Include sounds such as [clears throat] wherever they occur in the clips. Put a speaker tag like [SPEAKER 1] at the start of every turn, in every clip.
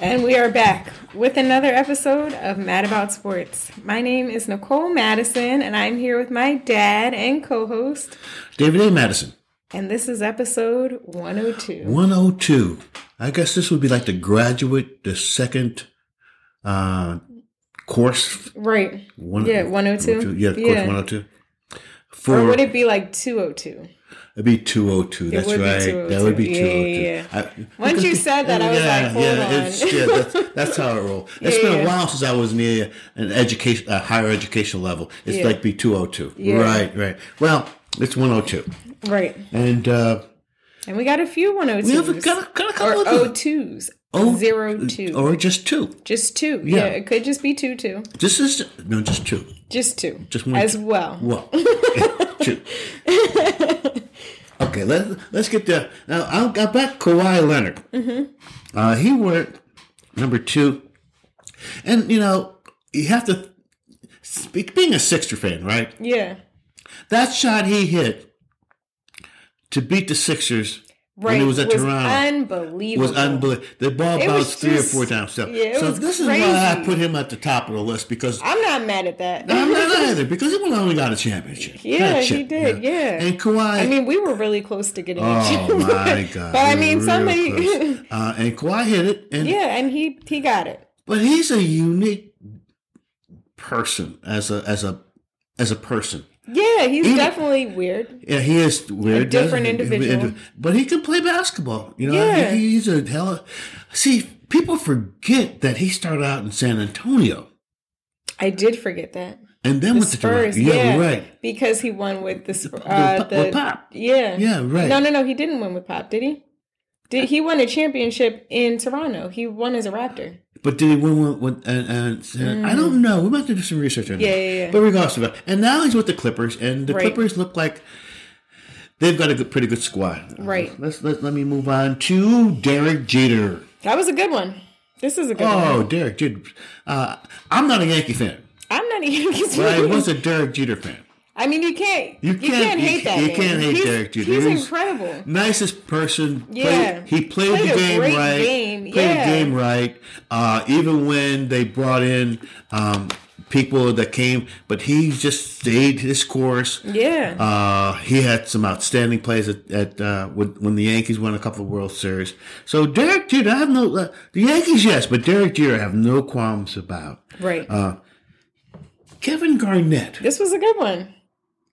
[SPEAKER 1] And we are back with another episode of Mad About Sports. My name is Nicole Madison, and I'm here with my dad and co host.
[SPEAKER 2] David A. Madison,
[SPEAKER 1] And this is episode 102.
[SPEAKER 2] 102. I guess this would be like the graduate, the second uh, course.
[SPEAKER 1] Right.
[SPEAKER 2] One, oh
[SPEAKER 1] Yeah, 102.
[SPEAKER 2] Yeah, course
[SPEAKER 1] Yeah.
[SPEAKER 2] 102.
[SPEAKER 1] Or
[SPEAKER 2] For,
[SPEAKER 1] would
[SPEAKER 2] it,
[SPEAKER 1] it be like 202?
[SPEAKER 2] would be 202. That's
[SPEAKER 1] would be
[SPEAKER 2] right. That would be
[SPEAKER 1] 202.
[SPEAKER 2] 202.
[SPEAKER 1] Yeah, yeah,
[SPEAKER 2] I-
[SPEAKER 1] Once you
[SPEAKER 2] because-
[SPEAKER 1] said that, I was like, hold on.
[SPEAKER 2] it's- yeah, that's, that's how it
[SPEAKER 1] [laughs]
[SPEAKER 2] rolls. It's
[SPEAKER 1] Yeah,
[SPEAKER 2] been
[SPEAKER 1] yeah.
[SPEAKER 2] a while since I was near an education, a higher educational level. It's
[SPEAKER 1] Yeah.
[SPEAKER 2] like be 202.
[SPEAKER 1] Yeah.
[SPEAKER 2] Right, right. Well, it's 102.
[SPEAKER 1] Right.
[SPEAKER 2] And uh,
[SPEAKER 1] And we got a few 102s.
[SPEAKER 2] we have a, got a, got a couple
[SPEAKER 1] or
[SPEAKER 2] of them.
[SPEAKER 1] O2s.
[SPEAKER 2] Oh,
[SPEAKER 1] Zero two.
[SPEAKER 2] Or just two.
[SPEAKER 1] just two. Yeah.
[SPEAKER 2] Yeah.
[SPEAKER 1] it could just be two, two.
[SPEAKER 2] This is no, just two.
[SPEAKER 1] Just two.
[SPEAKER 2] Just one.
[SPEAKER 1] As well.
[SPEAKER 2] Well,
[SPEAKER 1] [laughs]
[SPEAKER 2] two. Okay, let's let's get there. Now I'll got back Kawhi Leonard. Mm-hmm. Uh, he went number two, and you know you have to speak being a Sixer fan, right?
[SPEAKER 1] Yeah.
[SPEAKER 2] That shot he hit to beat the Sixers
[SPEAKER 1] Right.
[SPEAKER 2] when it was at Toronto.
[SPEAKER 1] unbelievable.
[SPEAKER 2] was unbelievable. The ball
[SPEAKER 1] It was
[SPEAKER 2] bounced three
[SPEAKER 1] just-
[SPEAKER 2] or four times. So,
[SPEAKER 1] yeah, it
[SPEAKER 2] so
[SPEAKER 1] was
[SPEAKER 2] this is why I
[SPEAKER 1] crazy.
[SPEAKER 2] put him at the top of the list because
[SPEAKER 1] I'm not mad at that.
[SPEAKER 2] I'm not either because he went on and got a championship.
[SPEAKER 1] Yeah,
[SPEAKER 2] Got a
[SPEAKER 1] he
[SPEAKER 2] chip,
[SPEAKER 1] did, yeah.
[SPEAKER 2] And Kawhi.
[SPEAKER 1] I mean, we were really close to getting a
[SPEAKER 2] [laughs] oh
[SPEAKER 1] chip,
[SPEAKER 2] my
[SPEAKER 1] [laughs] but-
[SPEAKER 2] God.
[SPEAKER 1] But I
[SPEAKER 2] we
[SPEAKER 1] mean,
[SPEAKER 2] were real
[SPEAKER 1] somebody.
[SPEAKER 2] close.
[SPEAKER 1] [laughs]
[SPEAKER 2] Uh, and Kawhi hit it, and
[SPEAKER 1] yeah, and he he got it.
[SPEAKER 2] but he's a unique person as a as a as a person.
[SPEAKER 1] Yeah, he's
[SPEAKER 2] Even-
[SPEAKER 1] definitely weird.
[SPEAKER 2] Yeah, he is weird.
[SPEAKER 1] A different
[SPEAKER 2] doesn't he?
[SPEAKER 1] individual.
[SPEAKER 2] But he can play basketball. You know,
[SPEAKER 1] Yeah.
[SPEAKER 2] He- he's a hell. Of, see, people forget that he started out in San Antonio
[SPEAKER 1] I did forget that.
[SPEAKER 2] and then
[SPEAKER 1] The
[SPEAKER 2] went to Toronto.
[SPEAKER 1] Spurs, yeah,
[SPEAKER 2] right.
[SPEAKER 1] Because he won with the Sp-
[SPEAKER 2] With
[SPEAKER 1] uh,
[SPEAKER 2] Pop-
[SPEAKER 1] the
[SPEAKER 2] with Pop.
[SPEAKER 1] Yeah,
[SPEAKER 2] Yeah, right.
[SPEAKER 1] No, no, no. He didn't win with Pop, did he? Did he won a championship in Toronto? He won as a Raptor.
[SPEAKER 2] But did he win with? with and, and, and- I don't know. We might have to do some research on
[SPEAKER 1] Mm. Yeah,
[SPEAKER 2] that.
[SPEAKER 1] yeah, yeah.
[SPEAKER 2] But regardless of that, and now he's with the Clippers, and the
[SPEAKER 1] Right.
[SPEAKER 2] Clippers look like they've got a good, pretty good squad.
[SPEAKER 1] Right.
[SPEAKER 2] Let's let, let me move on to Derek Jeter.
[SPEAKER 1] That was a good one. This is a good one.
[SPEAKER 2] Oh, Derek Jeter. Uh, I'm not a Yankee fan,
[SPEAKER 1] I'm not [laughs] a Yankees
[SPEAKER 2] but I
[SPEAKER 1] fan.
[SPEAKER 2] was a Derek Jeter fan.
[SPEAKER 1] I mean, you can't. You
[SPEAKER 2] You
[SPEAKER 1] can't,
[SPEAKER 2] can't- you
[SPEAKER 1] hate that.
[SPEAKER 2] can't- you
[SPEAKER 1] man.
[SPEAKER 2] can't hate
[SPEAKER 1] he's,
[SPEAKER 2] Derek Jeter.
[SPEAKER 1] He's
[SPEAKER 2] He's-
[SPEAKER 1] incredible.
[SPEAKER 2] Nicest person. Played-
[SPEAKER 1] Yeah.
[SPEAKER 2] he played,
[SPEAKER 1] Played
[SPEAKER 2] the
[SPEAKER 1] a
[SPEAKER 2] game
[SPEAKER 1] great
[SPEAKER 2] right.
[SPEAKER 1] game,
[SPEAKER 2] Played
[SPEAKER 1] yeah.
[SPEAKER 2] the game right. Uh, even when they brought in um, people that came, but he just stayed his course.
[SPEAKER 1] Yeah.
[SPEAKER 2] Uh, he had some outstanding plays at, at uh, when, when the Yankees won a couple of World Series. So Derek Jeter, I have no uh, the Yankees, yes, but Derek Jeter, I have no qualms about.
[SPEAKER 1] right.
[SPEAKER 2] Kevin Garnett.
[SPEAKER 1] this was a good one.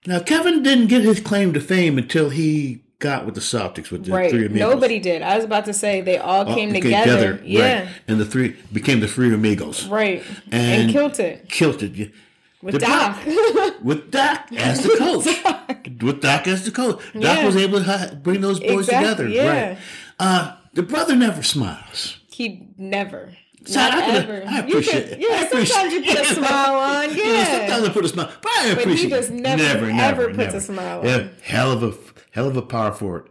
[SPEAKER 2] Now Kevin didn't get his claim to fame until he got with the Celtics with the
[SPEAKER 1] Right.
[SPEAKER 2] three amigos.
[SPEAKER 1] Nobody did. I was about to say they all came together.
[SPEAKER 2] right.
[SPEAKER 1] Yeah.
[SPEAKER 2] and the three became the three amigos.
[SPEAKER 1] Right. And,
[SPEAKER 2] And-
[SPEAKER 1] killed it
[SPEAKER 2] Killed it. yeah.
[SPEAKER 1] with
[SPEAKER 2] The
[SPEAKER 1] Doc.
[SPEAKER 2] with Doc as the coach. With Doc as the coach. Doc
[SPEAKER 1] Yeah.
[SPEAKER 2] was able to ha- bring those boys
[SPEAKER 1] Exactly,
[SPEAKER 2] together.
[SPEAKER 1] yeah.
[SPEAKER 2] Right. Uh, the brother never smiles.
[SPEAKER 1] [laughs] he never.
[SPEAKER 2] So
[SPEAKER 1] not
[SPEAKER 2] I, can-
[SPEAKER 1] ever.
[SPEAKER 2] I
[SPEAKER 1] You
[SPEAKER 2] appreciate
[SPEAKER 1] can-
[SPEAKER 2] it.
[SPEAKER 1] Yeah,
[SPEAKER 2] I appreciate-
[SPEAKER 1] sometimes you put a smile on.
[SPEAKER 2] [laughs] You know,
[SPEAKER 1] Yeah.
[SPEAKER 2] sometimes I put a smile. But I
[SPEAKER 1] he
[SPEAKER 2] appreciate
[SPEAKER 1] just
[SPEAKER 2] it.
[SPEAKER 1] never,
[SPEAKER 2] never,
[SPEAKER 1] ever
[SPEAKER 2] never
[SPEAKER 1] puts
[SPEAKER 2] never.
[SPEAKER 1] a smile
[SPEAKER 2] Yeah,
[SPEAKER 1] on.
[SPEAKER 2] Hell of a hell of a power forward.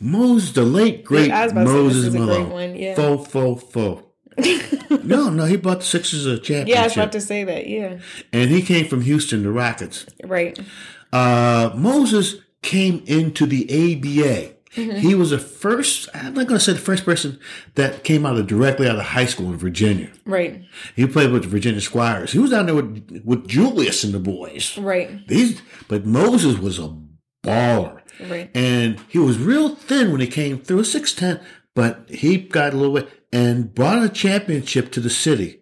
[SPEAKER 2] Moses, the late great
[SPEAKER 1] I was about to say, this
[SPEAKER 2] Moses
[SPEAKER 1] is a great
[SPEAKER 2] Malone.
[SPEAKER 1] one, yeah.
[SPEAKER 2] Fo fo
[SPEAKER 1] [laughs]
[SPEAKER 2] fo. no, no, he bought the Sixers a championship,
[SPEAKER 1] yeah, I was about to say that. Yeah.
[SPEAKER 2] and he came from Houston, the Rockets.
[SPEAKER 1] Right.
[SPEAKER 2] Uh, Moses came into the ABA.
[SPEAKER 1] Mm-hmm.
[SPEAKER 2] He was the first, I'm not going to say the first person that came out of directly out of high school in Virginia.
[SPEAKER 1] Right.
[SPEAKER 2] He played with the Virginia Squires. He was down there with, with Julius and the boys.
[SPEAKER 1] Right.
[SPEAKER 2] These, but Moses was a baller.
[SPEAKER 1] Right.
[SPEAKER 2] And he was real thin when he came through, 6'10, but he got a little bit and brought a championship to the city.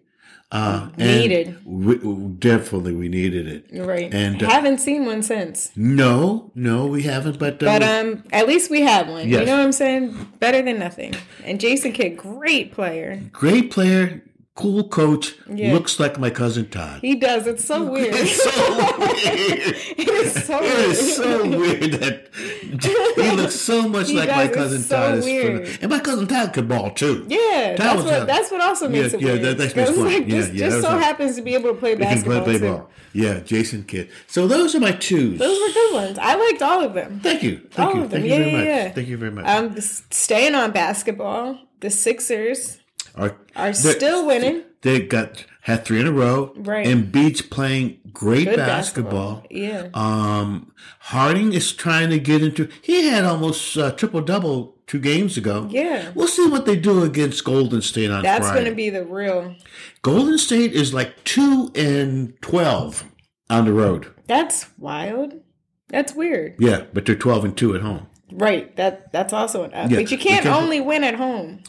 [SPEAKER 2] Uh, and
[SPEAKER 1] Needed.
[SPEAKER 2] we- definitely, we needed it.
[SPEAKER 1] Right.
[SPEAKER 2] And, uh,
[SPEAKER 1] haven't seen one since.
[SPEAKER 2] No, no, we haven't, but, uh,
[SPEAKER 1] But um, at least we had one. You
[SPEAKER 2] Yes.
[SPEAKER 1] know what I'm saying? Better than nothing. And Jason Kidd, great player.
[SPEAKER 2] great player, cool coach,
[SPEAKER 1] Yeah.
[SPEAKER 2] looks like my cousin Todd. [laughs]
[SPEAKER 1] He does. It's so weird. [laughs] it
[SPEAKER 2] so weird.
[SPEAKER 1] is so
[SPEAKER 2] It
[SPEAKER 1] weird.
[SPEAKER 2] is so weird that he looks so much
[SPEAKER 1] He
[SPEAKER 2] like
[SPEAKER 1] does,
[SPEAKER 2] my
[SPEAKER 1] it's
[SPEAKER 2] cousin
[SPEAKER 1] so
[SPEAKER 2] Todd. is
[SPEAKER 1] weird.
[SPEAKER 2] funny. And my cousin Todd could ball too.
[SPEAKER 1] yeah,
[SPEAKER 2] That
[SPEAKER 1] that's
[SPEAKER 2] was
[SPEAKER 1] what
[SPEAKER 2] a-
[SPEAKER 1] that's what also makes
[SPEAKER 2] yeah,
[SPEAKER 1] it
[SPEAKER 2] yeah,
[SPEAKER 1] weird.
[SPEAKER 2] that- that's
[SPEAKER 1] 'Cause,
[SPEAKER 2] my point.
[SPEAKER 1] like,
[SPEAKER 2] Yeah,
[SPEAKER 1] just,
[SPEAKER 2] yeah,
[SPEAKER 1] just
[SPEAKER 2] that
[SPEAKER 1] so
[SPEAKER 2] was a-
[SPEAKER 1] happens to be able to play
[SPEAKER 2] He can
[SPEAKER 1] basketball.
[SPEAKER 2] play, play
[SPEAKER 1] too.
[SPEAKER 2] ball. Yeah, Jason Kidd. So those are my twos.
[SPEAKER 1] Those Oh, were good ones. I liked all of them.
[SPEAKER 2] Thank you. Thank
[SPEAKER 1] All
[SPEAKER 2] you.
[SPEAKER 1] of them.
[SPEAKER 2] Thank
[SPEAKER 1] Yeah,
[SPEAKER 2] you very
[SPEAKER 1] yeah,
[SPEAKER 2] much.
[SPEAKER 1] yeah.
[SPEAKER 2] Thank you very much.
[SPEAKER 1] Um, s- staying on basketball, the Sixers
[SPEAKER 2] are
[SPEAKER 1] are still winning.
[SPEAKER 2] They got had three in a row.
[SPEAKER 1] Right.
[SPEAKER 2] Embiid's playing great
[SPEAKER 1] Good
[SPEAKER 2] basketball.
[SPEAKER 1] Yeah.
[SPEAKER 2] Um, Harding is trying to get into. He had almost uh, triple double two games ago.
[SPEAKER 1] Yeah.
[SPEAKER 2] We'll see what they do against Golden State on
[SPEAKER 1] That's
[SPEAKER 2] Friday.
[SPEAKER 1] going to be the real.
[SPEAKER 2] Golden State is like two and twelve on the road.
[SPEAKER 1] That's wild. That's weird.
[SPEAKER 2] Yeah, but they're twelve and two at home.
[SPEAKER 1] Right. That that's also an up.
[SPEAKER 2] Yeah,
[SPEAKER 1] but you can't
[SPEAKER 2] because-
[SPEAKER 1] only win at home.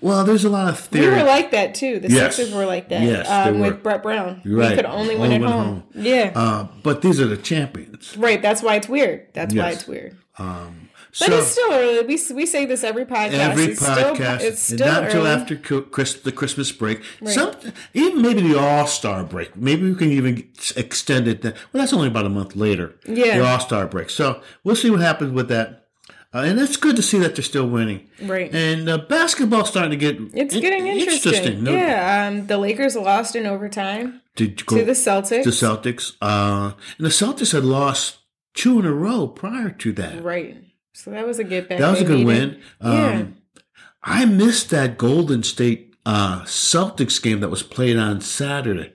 [SPEAKER 2] Well, there's a lot of
[SPEAKER 1] We
[SPEAKER 2] theory.
[SPEAKER 1] were like that too. The
[SPEAKER 2] Yes.
[SPEAKER 1] Sixers were like that.
[SPEAKER 2] Yes, they
[SPEAKER 1] um,
[SPEAKER 2] were.
[SPEAKER 1] with Brett Brown.
[SPEAKER 2] You're right.
[SPEAKER 1] We could only win at
[SPEAKER 2] Only win
[SPEAKER 1] home.
[SPEAKER 2] home.
[SPEAKER 1] Yeah.
[SPEAKER 2] uh, but these are the champions.
[SPEAKER 1] right. That's why it's weird. That's why
[SPEAKER 2] Yes.
[SPEAKER 1] it's weird.
[SPEAKER 2] Um,
[SPEAKER 1] But
[SPEAKER 2] so
[SPEAKER 1] it's still early. We, we say this every podcast.
[SPEAKER 2] every
[SPEAKER 1] it's
[SPEAKER 2] podcast,
[SPEAKER 1] Still, it's
[SPEAKER 2] and
[SPEAKER 1] still
[SPEAKER 2] not
[SPEAKER 1] early.
[SPEAKER 2] until after Cr- Chris, the Christmas break. Some even maybe the All Star break. Maybe we can even extend it. That, well, that's only about a month later.
[SPEAKER 1] Yeah.
[SPEAKER 2] the All Star break. So we'll see what happens with that. Uh, and it's good to see that they're still winning.
[SPEAKER 1] Right.
[SPEAKER 2] And uh, basketball's starting to get
[SPEAKER 1] It's
[SPEAKER 2] in-
[SPEAKER 1] getting interesting.
[SPEAKER 2] No-
[SPEAKER 1] Yeah. Um, the Lakers lost in overtime
[SPEAKER 2] Did you go,
[SPEAKER 1] to the Celtics.
[SPEAKER 2] the Celtics. Uh, and the Celtics had lost two in a row prior to that.
[SPEAKER 1] right. So that was a get back.
[SPEAKER 2] That was a
[SPEAKER 1] They
[SPEAKER 2] good
[SPEAKER 1] needed.
[SPEAKER 2] win. Um,
[SPEAKER 1] Yeah.
[SPEAKER 2] I missed that Golden State uh, Celtics game that was played on Saturday.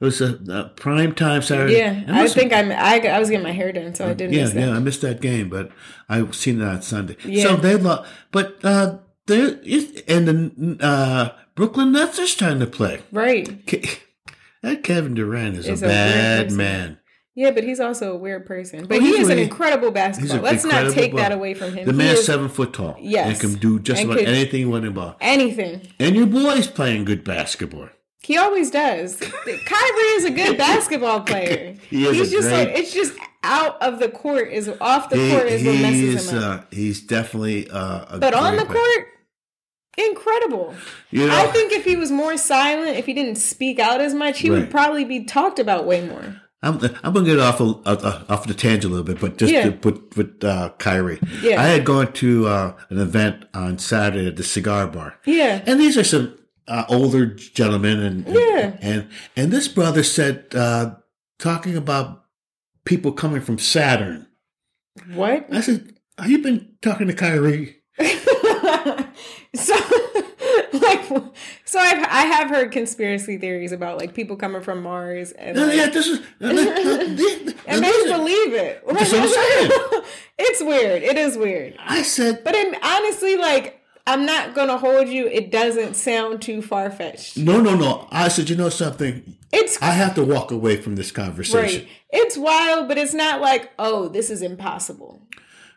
[SPEAKER 2] It was a, a prime time Saturday.
[SPEAKER 1] Yeah, I
[SPEAKER 2] must-
[SPEAKER 1] think I'm. I, I was getting my hair done, so I didn't.
[SPEAKER 2] Yeah,
[SPEAKER 1] miss that.
[SPEAKER 2] yeah, I missed that game, but I've seen it on Sunday. So
[SPEAKER 1] Yeah.
[SPEAKER 2] they lost, but uh, there is, and the uh, Brooklyn Nets are starting to play.
[SPEAKER 1] Right.
[SPEAKER 2] Ke- That Kevin Durant is
[SPEAKER 1] Is
[SPEAKER 2] a
[SPEAKER 1] a weird
[SPEAKER 2] bad
[SPEAKER 1] person.
[SPEAKER 2] man.
[SPEAKER 1] Yeah, but he's also a weird person. But
[SPEAKER 2] Well,
[SPEAKER 1] he
[SPEAKER 2] Oh, he's
[SPEAKER 1] is an
[SPEAKER 2] really-
[SPEAKER 1] incredible
[SPEAKER 2] He's a
[SPEAKER 1] basketball. Let's not
[SPEAKER 2] incredible
[SPEAKER 1] take that
[SPEAKER 2] ball.
[SPEAKER 1] away from him.
[SPEAKER 2] The
[SPEAKER 1] He
[SPEAKER 2] man's
[SPEAKER 1] is
[SPEAKER 2] seven foot tall.
[SPEAKER 1] Yes.
[SPEAKER 2] and can do just
[SPEAKER 1] And
[SPEAKER 2] about
[SPEAKER 1] could-
[SPEAKER 2] anything he wants to ball.
[SPEAKER 1] anything.
[SPEAKER 2] And your boy's playing good basketball.
[SPEAKER 1] He always does. Kyrie is a good basketball player.
[SPEAKER 2] [laughs] He is
[SPEAKER 1] he's
[SPEAKER 2] a
[SPEAKER 1] just
[SPEAKER 2] great-
[SPEAKER 1] like it's just out of the court is off the
[SPEAKER 2] He-
[SPEAKER 1] court is what messes
[SPEAKER 2] he's
[SPEAKER 1] him up.
[SPEAKER 2] uh, he's definitely uh, a
[SPEAKER 1] but on the
[SPEAKER 2] great player.
[SPEAKER 1] court, incredible.
[SPEAKER 2] You know,
[SPEAKER 1] I think if he was more silent, if he didn't speak out as much, he
[SPEAKER 2] Right.
[SPEAKER 1] would probably be talked about way more.
[SPEAKER 2] I'm, I'm gonna get off a, uh, off the tangent a little bit, but just
[SPEAKER 1] Yeah.
[SPEAKER 2] to put with uh, Kyrie.
[SPEAKER 1] Yeah.
[SPEAKER 2] I had gone to uh, an event on Saturday at the cigar bar,
[SPEAKER 1] Yeah.
[SPEAKER 2] and these are some uh, older gentlemen, and and,
[SPEAKER 1] Yeah.
[SPEAKER 2] and and this brother said uh, talking about people coming from Saturn.
[SPEAKER 1] What?
[SPEAKER 2] I said, "Have you been talking to Kyrie?"
[SPEAKER 1] [laughs]
[SPEAKER 2] [laughs]
[SPEAKER 1] so [laughs] like so I've, I have heard conspiracy theories about like people coming from Mars and
[SPEAKER 2] No,
[SPEAKER 1] like,
[SPEAKER 2] yeah,
[SPEAKER 1] [laughs]
[SPEAKER 2] this is. And
[SPEAKER 1] and they
[SPEAKER 2] this is-
[SPEAKER 1] believe it.
[SPEAKER 2] That's what I'm saying.
[SPEAKER 1] [laughs] it's weird. It is weird.
[SPEAKER 2] I said,
[SPEAKER 1] But in, honestly, like I'm not gonna hold you. It doesn't sound too far fetched.
[SPEAKER 2] "No, no, no." I said, "You know something?
[SPEAKER 1] It's
[SPEAKER 2] I have to walk away from this conversation."
[SPEAKER 1] great. It's wild, but it's not like oh this is impossible.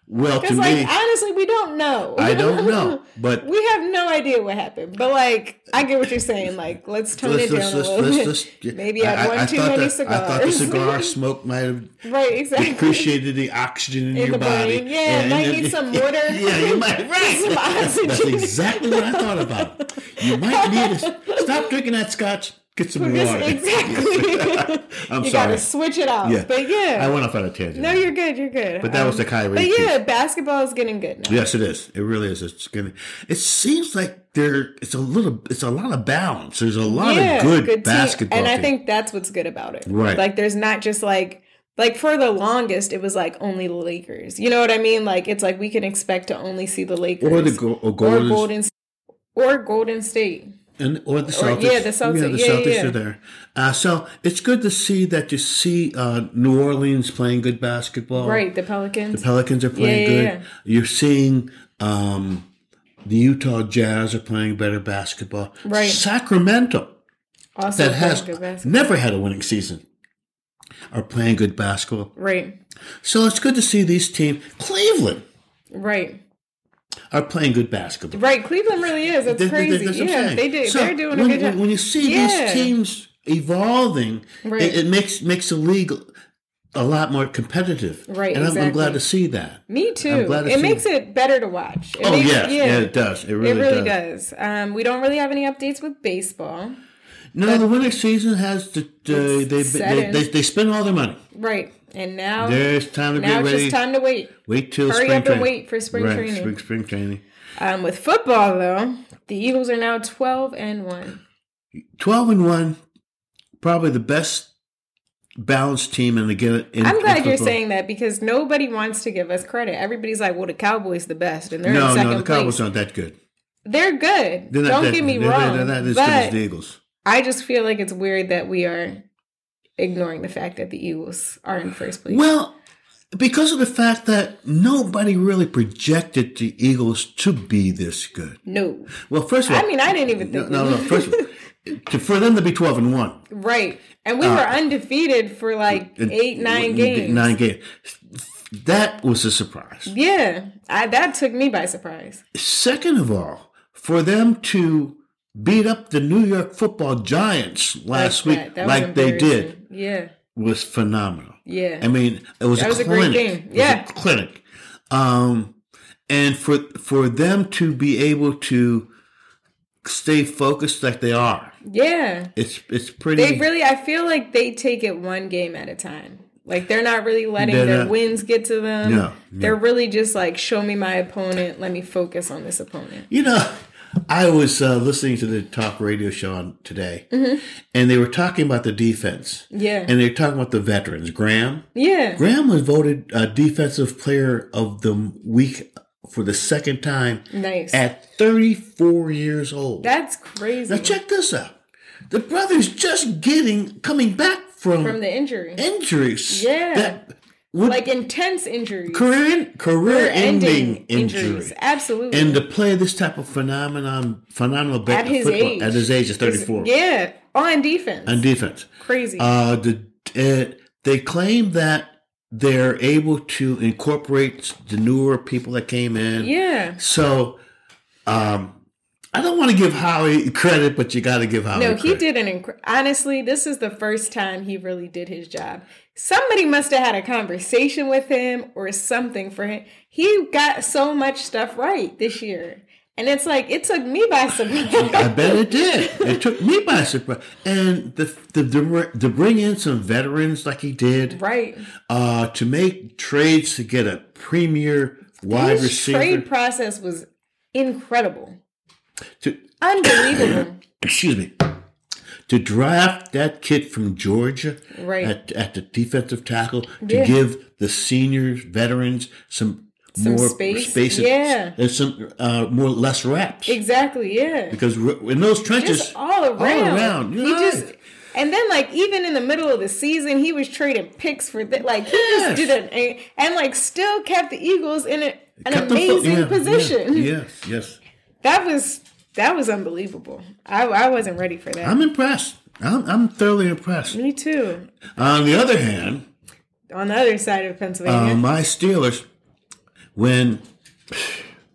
[SPEAKER 2] Well, to
[SPEAKER 1] Because like
[SPEAKER 2] me, I,
[SPEAKER 1] honestly, we don't know.
[SPEAKER 2] don't know, but
[SPEAKER 1] [laughs] We have no idea what happened, but like I get what you're saying. Like let's tone
[SPEAKER 2] let's,
[SPEAKER 1] it down
[SPEAKER 2] let's,
[SPEAKER 1] a
[SPEAKER 2] let's,
[SPEAKER 1] little
[SPEAKER 2] let's,
[SPEAKER 1] bit.
[SPEAKER 2] let's, yeah.
[SPEAKER 1] Maybe I, have one too
[SPEAKER 2] thought
[SPEAKER 1] many
[SPEAKER 2] that- I thought the
[SPEAKER 1] cigars. [laughs]
[SPEAKER 2] cigar smoke might have
[SPEAKER 1] right, exactly.
[SPEAKER 2] appreciated the oxygen
[SPEAKER 1] In
[SPEAKER 2] in, your
[SPEAKER 1] the
[SPEAKER 2] body.
[SPEAKER 1] brain. Yeah,
[SPEAKER 2] and-
[SPEAKER 1] might need
[SPEAKER 2] [laughs]
[SPEAKER 1] some water.
[SPEAKER 2] Yeah, you might.
[SPEAKER 1] [laughs]
[SPEAKER 2] Right. [laughs]
[SPEAKER 1] Some oxygen.
[SPEAKER 2] That's
[SPEAKER 1] [laughs]
[SPEAKER 2] exactly what I thought about. You might need to stop drinking that scotch. Get some
[SPEAKER 1] Because-
[SPEAKER 2] water.
[SPEAKER 1] exactly.
[SPEAKER 2] [laughs] I'm
[SPEAKER 1] you
[SPEAKER 2] sorry.
[SPEAKER 1] gotta switch it out.
[SPEAKER 2] Yeah.
[SPEAKER 1] But yeah.
[SPEAKER 2] I went off on a tangent.
[SPEAKER 1] no, you're good. You're good. Um,
[SPEAKER 2] But that was the Kyrie
[SPEAKER 1] But
[SPEAKER 2] piece.
[SPEAKER 1] yeah, basketball is getting good now.
[SPEAKER 2] Yes, it is. It really is. It's gonna. It seems like there. It's a little. It's a lot of balance. There's a lot
[SPEAKER 1] Yeah,
[SPEAKER 2] of good,
[SPEAKER 1] team.
[SPEAKER 2] basketball.
[SPEAKER 1] And I
[SPEAKER 2] team.
[SPEAKER 1] think that's what's good about it.
[SPEAKER 2] Right.
[SPEAKER 1] Like there's not just like like for the longest it was like only the Lakers. You know what I mean? Like it's like we can expect to only see the Lakers
[SPEAKER 2] or the go-
[SPEAKER 1] or
[SPEAKER 2] or Golden,
[SPEAKER 1] Golden or Golden State.
[SPEAKER 2] and or the
[SPEAKER 1] or-
[SPEAKER 2] Celtics.
[SPEAKER 1] yeah, the Celtics.
[SPEAKER 2] the
[SPEAKER 1] Yeah,
[SPEAKER 2] Celtics
[SPEAKER 1] yeah.
[SPEAKER 2] are there. Uh, so it's good to see that you see uh, New Orleans playing good basketball.
[SPEAKER 1] Right, the
[SPEAKER 2] The
[SPEAKER 1] Pelicans.
[SPEAKER 2] Pelicans are playing
[SPEAKER 1] Yeah, yeah,
[SPEAKER 2] good.
[SPEAKER 1] yeah.
[SPEAKER 2] You're seeing um, the Utah Jazz are playing better basketball.
[SPEAKER 1] Right.
[SPEAKER 2] Sacramento.
[SPEAKER 1] also
[SPEAKER 2] that
[SPEAKER 1] playing good
[SPEAKER 2] has
[SPEAKER 1] basketball.
[SPEAKER 2] never had a winning season are playing good basketball.
[SPEAKER 1] Right.
[SPEAKER 2] So it's good to see these teams. Cleveland
[SPEAKER 1] Right.
[SPEAKER 2] are playing good basketball.
[SPEAKER 1] Right. Cleveland really is. That's
[SPEAKER 2] Th- th-
[SPEAKER 1] crazy.
[SPEAKER 2] th- that's what I'm
[SPEAKER 1] yeah.
[SPEAKER 2] saying.
[SPEAKER 1] They did
[SPEAKER 2] So
[SPEAKER 1] they're doing
[SPEAKER 2] when,
[SPEAKER 1] a good job.
[SPEAKER 2] when- When you see
[SPEAKER 1] Yeah.
[SPEAKER 2] these teams evolving,
[SPEAKER 1] Right.
[SPEAKER 2] it, it makes makes the league a lot more competitive.
[SPEAKER 1] Right,
[SPEAKER 2] And I'm, I'm glad
[SPEAKER 1] exactly.
[SPEAKER 2] to see that.
[SPEAKER 1] Me too.
[SPEAKER 2] glad to
[SPEAKER 1] it
[SPEAKER 2] see-
[SPEAKER 1] makes it better to watch. It
[SPEAKER 2] Oh
[SPEAKER 1] makes-
[SPEAKER 2] yes, yeah. it does. It really,
[SPEAKER 1] It really
[SPEAKER 2] does.
[SPEAKER 1] does. Um, we don't really have any updates with baseball.
[SPEAKER 2] No, the winter season has the, the
[SPEAKER 1] It's
[SPEAKER 2] they,
[SPEAKER 1] set
[SPEAKER 2] they,
[SPEAKER 1] in.
[SPEAKER 2] they they spend all their money.
[SPEAKER 1] Right. And now
[SPEAKER 2] There's time to
[SPEAKER 1] now
[SPEAKER 2] get
[SPEAKER 1] it's
[SPEAKER 2] ready.
[SPEAKER 1] just time to wait.
[SPEAKER 2] Wait till
[SPEAKER 1] Hurry
[SPEAKER 2] spring
[SPEAKER 1] up and
[SPEAKER 2] training.
[SPEAKER 1] wait for spring
[SPEAKER 2] Right,
[SPEAKER 1] training.
[SPEAKER 2] Spring spring training.
[SPEAKER 1] Um, with football though, the Eagles are now twelve and one.
[SPEAKER 2] 12 and 1 probably the best balanced team and again in,
[SPEAKER 1] I'm glad
[SPEAKER 2] in
[SPEAKER 1] you're
[SPEAKER 2] football.
[SPEAKER 1] saying that because nobody wants to give us credit. Everybody's like, "Well, the Cowboys the best," and they're in
[SPEAKER 2] no
[SPEAKER 1] second
[SPEAKER 2] no the
[SPEAKER 1] place.
[SPEAKER 2] cowboys aren't that good
[SPEAKER 1] They're good.
[SPEAKER 2] they're not
[SPEAKER 1] Don't
[SPEAKER 2] that,
[SPEAKER 1] get me
[SPEAKER 2] they're,
[SPEAKER 1] wrong,
[SPEAKER 2] they're not as good as
[SPEAKER 1] but
[SPEAKER 2] the eagles
[SPEAKER 1] I just feel like it's weird that we are ignoring the fact that the Eagles are in first place.
[SPEAKER 2] Well, because of the fact that nobody really projected the Eagles to be this good.
[SPEAKER 1] no.
[SPEAKER 2] Well, first of all,
[SPEAKER 1] I mean, I didn't even
[SPEAKER 2] no,
[SPEAKER 1] think
[SPEAKER 2] no, no. First, of all, to, for them to be twelve and one,
[SPEAKER 1] right. And we were
[SPEAKER 2] Uh-huh.
[SPEAKER 1] undefeated for like
[SPEAKER 2] and-
[SPEAKER 1] eight, nine
[SPEAKER 2] and-
[SPEAKER 1] games.
[SPEAKER 2] nine games. That was a surprise.
[SPEAKER 1] Yeah, I, that took me by surprise.
[SPEAKER 2] Second of all, for them to beat up the New York Football Giants last
[SPEAKER 1] Like
[SPEAKER 2] week,
[SPEAKER 1] that. That was
[SPEAKER 2] like they did,
[SPEAKER 1] embarrassing. Yeah,
[SPEAKER 2] was phenomenal.
[SPEAKER 1] yeah.
[SPEAKER 2] I mean, it was
[SPEAKER 1] That
[SPEAKER 2] a
[SPEAKER 1] was a great
[SPEAKER 2] clinic.
[SPEAKER 1] game.
[SPEAKER 2] It was
[SPEAKER 1] Yeah.
[SPEAKER 2] a clinic. Um, and for for them to be able to stay focused like they are,
[SPEAKER 1] yeah.
[SPEAKER 2] it's it's pretty.
[SPEAKER 1] They really, I feel like they take it one game at a time. Like they're not really letting
[SPEAKER 2] They're
[SPEAKER 1] their
[SPEAKER 2] not-
[SPEAKER 1] wins get to them.
[SPEAKER 2] No, no.
[SPEAKER 1] They're really just like, show me my opponent. Let me focus on this opponent.
[SPEAKER 2] You know, I was uh, listening to the talk radio show on today, and they were talking about the defense,
[SPEAKER 1] Mm-hmm. Yeah.
[SPEAKER 2] and they were talking about the veterans. Graham,
[SPEAKER 1] yeah.
[SPEAKER 2] Graham was voted uh, defensive player of the week for the second time
[SPEAKER 1] Nice.
[SPEAKER 2] at 34 years old.
[SPEAKER 1] That's crazy.
[SPEAKER 2] now check this out: the brother's just getting coming back from,
[SPEAKER 1] From the injury.
[SPEAKER 2] injuries.
[SPEAKER 1] Yeah.
[SPEAKER 2] that would-
[SPEAKER 1] Like intense injuries.
[SPEAKER 2] career career
[SPEAKER 1] Career-ending
[SPEAKER 2] ending, injury.
[SPEAKER 1] Absolutely.
[SPEAKER 2] And to play this type of phenomenon, phenomenal ba-
[SPEAKER 1] At his
[SPEAKER 2] football
[SPEAKER 1] age.
[SPEAKER 2] at his age of thirty four
[SPEAKER 1] yeah. On defense.
[SPEAKER 2] on defense.
[SPEAKER 1] crazy.
[SPEAKER 2] Uh, the uh, they claim that they're able to incorporate the newer people that came in.
[SPEAKER 1] yeah.
[SPEAKER 2] So, um, I don't want to give Howie credit, but you got to give Howie.
[SPEAKER 1] No, he
[SPEAKER 2] credit.
[SPEAKER 1] did an inc- honestly. This is the first time he really did his job. Somebody must have had a conversation with him or something for him. He got so much stuff right this year, and it's like it took me
[SPEAKER 2] [laughs]
[SPEAKER 1] by
[SPEAKER 2] I
[SPEAKER 1] surprise.
[SPEAKER 2] bet it did. It took me by surprise, and the the, the to bring in some veterans like he did,
[SPEAKER 1] right,
[SPEAKER 2] uh, to make trades to get a premier wide
[SPEAKER 1] his
[SPEAKER 2] receiver.
[SPEAKER 1] trade process was incredible,
[SPEAKER 2] to, [clears throat]
[SPEAKER 1] unbelievable.
[SPEAKER 2] excuse me, to draft that kid from Georgia
[SPEAKER 1] Right.
[SPEAKER 2] at, at the defensive tackle to
[SPEAKER 1] Yeah.
[SPEAKER 2] give the senior veterans some,
[SPEAKER 1] Some
[SPEAKER 2] more
[SPEAKER 1] space,
[SPEAKER 2] space and-
[SPEAKER 1] yeah.
[SPEAKER 2] and some uh, more less reps
[SPEAKER 1] exactly, yeah.
[SPEAKER 2] because we're- in those trenches
[SPEAKER 1] Just all around.
[SPEAKER 2] around, you're
[SPEAKER 1] He just.
[SPEAKER 2] right.
[SPEAKER 1] And then, like even in the middle of the season, he was trading picks for that. Like he
[SPEAKER 2] Yes.
[SPEAKER 1] just did an a- and like still kept the Eagles in a, an
[SPEAKER 2] Cut the fo-
[SPEAKER 1] amazing
[SPEAKER 2] yeah, yeah,
[SPEAKER 1] position.
[SPEAKER 2] [laughs] yes, yes.
[SPEAKER 1] That was that was unbelievable. I I wasn't ready for that.
[SPEAKER 2] I'm impressed. I'm, I'm thoroughly impressed.
[SPEAKER 1] Me too.
[SPEAKER 2] On the other hand,
[SPEAKER 1] On the other side of
[SPEAKER 2] uh,
[SPEAKER 1] Pennsylvania,
[SPEAKER 2] my Steelers, when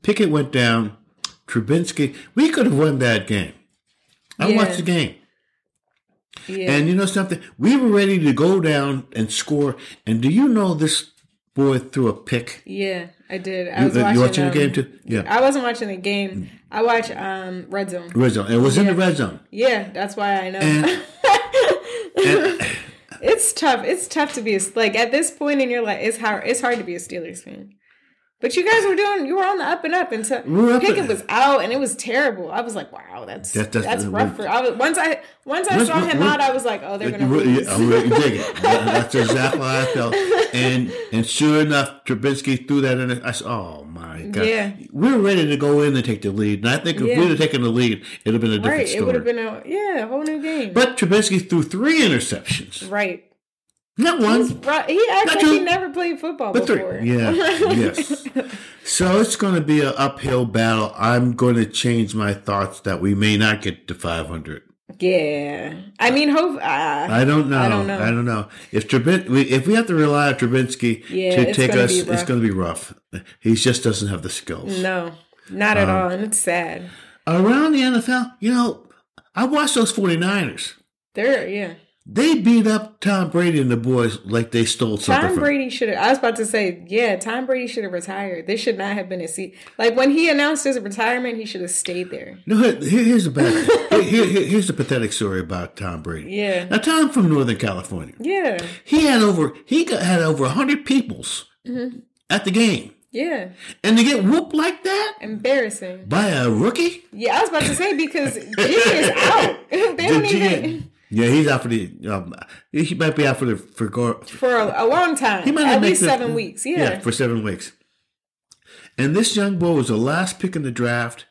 [SPEAKER 2] Pickett went down, Trubinsky, we could have won that game. I
[SPEAKER 1] Yeah.
[SPEAKER 2] watched the game.
[SPEAKER 1] yeah,
[SPEAKER 2] And you know something? We were ready to go down and score. And do you know this boy threw a pick?
[SPEAKER 1] yeah, I did. I
[SPEAKER 2] You,
[SPEAKER 1] was watching,
[SPEAKER 2] you watching
[SPEAKER 1] um,
[SPEAKER 2] the game too? Yeah.
[SPEAKER 1] I wasn't watching the game. I watch um Red Zone.
[SPEAKER 2] Red zone. It was in the red zone.
[SPEAKER 1] Yeah, that's why I know. [laughs]
[SPEAKER 2] And, and
[SPEAKER 1] it's tough. It's tough to be a, like at this point in your life. It's hard. It's hard to be a Steelers fan. But you guys were doing. You were on the up and up until
[SPEAKER 2] were up
[SPEAKER 1] Pickett
[SPEAKER 2] and-
[SPEAKER 1] was out, and it was terrible. I was like, wow, that's
[SPEAKER 2] That-
[SPEAKER 1] that's,
[SPEAKER 2] that's-
[SPEAKER 1] rough. For, I was, once I once I
[SPEAKER 2] Once-
[SPEAKER 1] saw him
[SPEAKER 2] once-
[SPEAKER 1] out, I was like, oh,
[SPEAKER 2] [laughs]
[SPEAKER 1] they're gonna
[SPEAKER 2] Really,
[SPEAKER 1] lose.
[SPEAKER 2] yeah, really dig
[SPEAKER 1] [laughs]
[SPEAKER 2] it. Yeah, That's exactly how I felt. And and sure enough, Trubinsky threw that in. I said, "Oh my god,
[SPEAKER 1] Yeah.
[SPEAKER 2] we're ready to go in and take the lead." And I think if
[SPEAKER 1] Yeah.
[SPEAKER 2] we'd have taken the lead, it'd have been a different
[SPEAKER 1] right, it
[SPEAKER 2] story.
[SPEAKER 1] would have been a yeah, a whole new game.
[SPEAKER 2] but Trubinsky threw three interceptions,
[SPEAKER 1] right.
[SPEAKER 2] not
[SPEAKER 1] He's
[SPEAKER 2] one,
[SPEAKER 1] right. He
[SPEAKER 2] Not
[SPEAKER 1] actually
[SPEAKER 2] true.
[SPEAKER 1] he never played football
[SPEAKER 2] but three.
[SPEAKER 1] before. [laughs]
[SPEAKER 2] Yeah, yes. So it's going to be an uphill battle. I'm going to change my thoughts that we may not get to 500.
[SPEAKER 1] Yeah. I mean, hope. Uh,
[SPEAKER 2] I don't know. I
[SPEAKER 1] don't
[SPEAKER 2] don't
[SPEAKER 1] know.
[SPEAKER 2] know. If Trubin, we, if we have to rely on Trubinsky
[SPEAKER 1] Yeah,
[SPEAKER 2] to
[SPEAKER 1] it's
[SPEAKER 2] take
[SPEAKER 1] gonna
[SPEAKER 2] us,
[SPEAKER 1] be
[SPEAKER 2] it's
[SPEAKER 1] rough.
[SPEAKER 2] going to be rough. He just doesn't have the skills.
[SPEAKER 1] no, not
[SPEAKER 2] Um,
[SPEAKER 1] at all, and it's sad.
[SPEAKER 2] Around the NFL, you know, I watched those 49ers.
[SPEAKER 1] They're yeah.
[SPEAKER 2] They beat up Tom Brady and the boys like they stole something.
[SPEAKER 1] Tom
[SPEAKER 2] from-
[SPEAKER 1] Brady should have. I was about to say, yeah, Tom Brady should have retired. This should not have been a seat. Like when he announced his retirement, he should have stayed there.
[SPEAKER 2] No, here- here- here's a bad. here- here, here- here's a pathetic story about Tom Brady.
[SPEAKER 1] Yeah.
[SPEAKER 2] Now, Tom from Northern California.
[SPEAKER 1] Yeah,
[SPEAKER 2] He had over he got, had over 100 peoples
[SPEAKER 1] Mm-hmm.
[SPEAKER 2] at the game,
[SPEAKER 1] yeah.
[SPEAKER 2] and to get whooped like that
[SPEAKER 1] Embarrassing.
[SPEAKER 2] by a rookie.
[SPEAKER 1] Yeah, I was about to say
[SPEAKER 2] [laughs]
[SPEAKER 1] because G is out. [laughs] they don't
[SPEAKER 2] Did you get-
[SPEAKER 1] even
[SPEAKER 2] yeah, he's out for the. Um, he might be out for the for go.
[SPEAKER 1] for a, a long time.
[SPEAKER 2] He might not
[SPEAKER 1] At
[SPEAKER 2] make
[SPEAKER 1] least
[SPEAKER 2] the-
[SPEAKER 1] seven weeks. Yeah.
[SPEAKER 2] for seven weeks. And oh, this young boy was the last pick in the draft,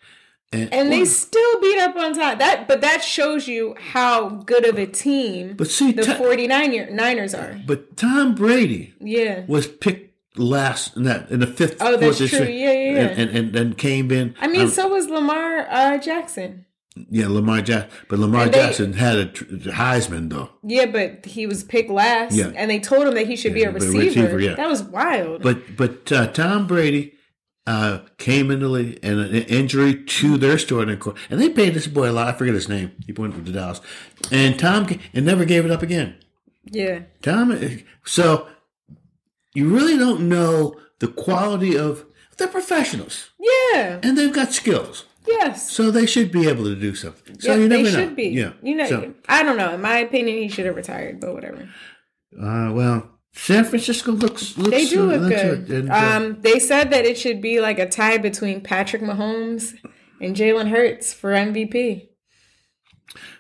[SPEAKER 1] And they still beat up on top. That but that shows you how good of a team
[SPEAKER 2] But see,
[SPEAKER 1] the
[SPEAKER 2] Tom-
[SPEAKER 1] 49 Niners are.
[SPEAKER 2] but Tom Brady
[SPEAKER 1] Yeah.
[SPEAKER 2] was picked last in that in the fifth.
[SPEAKER 1] Oh, that's
[SPEAKER 2] fourth
[SPEAKER 1] true.
[SPEAKER 2] string,
[SPEAKER 1] Yeah, yeah, yeah.
[SPEAKER 2] And, and and then came in.
[SPEAKER 1] I mean,
[SPEAKER 2] um,
[SPEAKER 1] so was Lamar uh, Jackson.
[SPEAKER 2] yeah, Lamar Jackson. But Lamar
[SPEAKER 1] And they-
[SPEAKER 2] Jackson had a tr- Heisman though.
[SPEAKER 1] Yeah, but he was picked last,
[SPEAKER 2] Yeah.
[SPEAKER 1] and they told him that he should be
[SPEAKER 2] Yeah,
[SPEAKER 1] a
[SPEAKER 2] but a
[SPEAKER 1] receiver.
[SPEAKER 2] receiver, yeah.
[SPEAKER 1] That was wild.
[SPEAKER 2] But but uh, Tom Brady uh, came into the league and an injury to their starting core, and they paid this boy a lot. I forget his name. He went to Dallas, and Tom ca- and never gave it up again.
[SPEAKER 1] yeah,
[SPEAKER 2] Tom, uh, so you really don't know the quality of they're professionals
[SPEAKER 1] yeah,
[SPEAKER 2] and they've got skills,
[SPEAKER 1] yes.
[SPEAKER 2] so they should be able to do something. So
[SPEAKER 1] yeah,
[SPEAKER 2] you never
[SPEAKER 1] they
[SPEAKER 2] know.
[SPEAKER 1] should be.
[SPEAKER 2] Yeah,
[SPEAKER 1] you know.
[SPEAKER 2] So,
[SPEAKER 1] I don't know. In my opinion, he should have retired, but whatever.
[SPEAKER 2] uh, well, San Francisco looks looks
[SPEAKER 1] They do
[SPEAKER 2] uh,
[SPEAKER 1] look
[SPEAKER 2] looks
[SPEAKER 1] good.
[SPEAKER 2] and, uh,
[SPEAKER 1] um, they said that it should be like a tie between Patrick Mahomes and Jalen Hurts for MVP.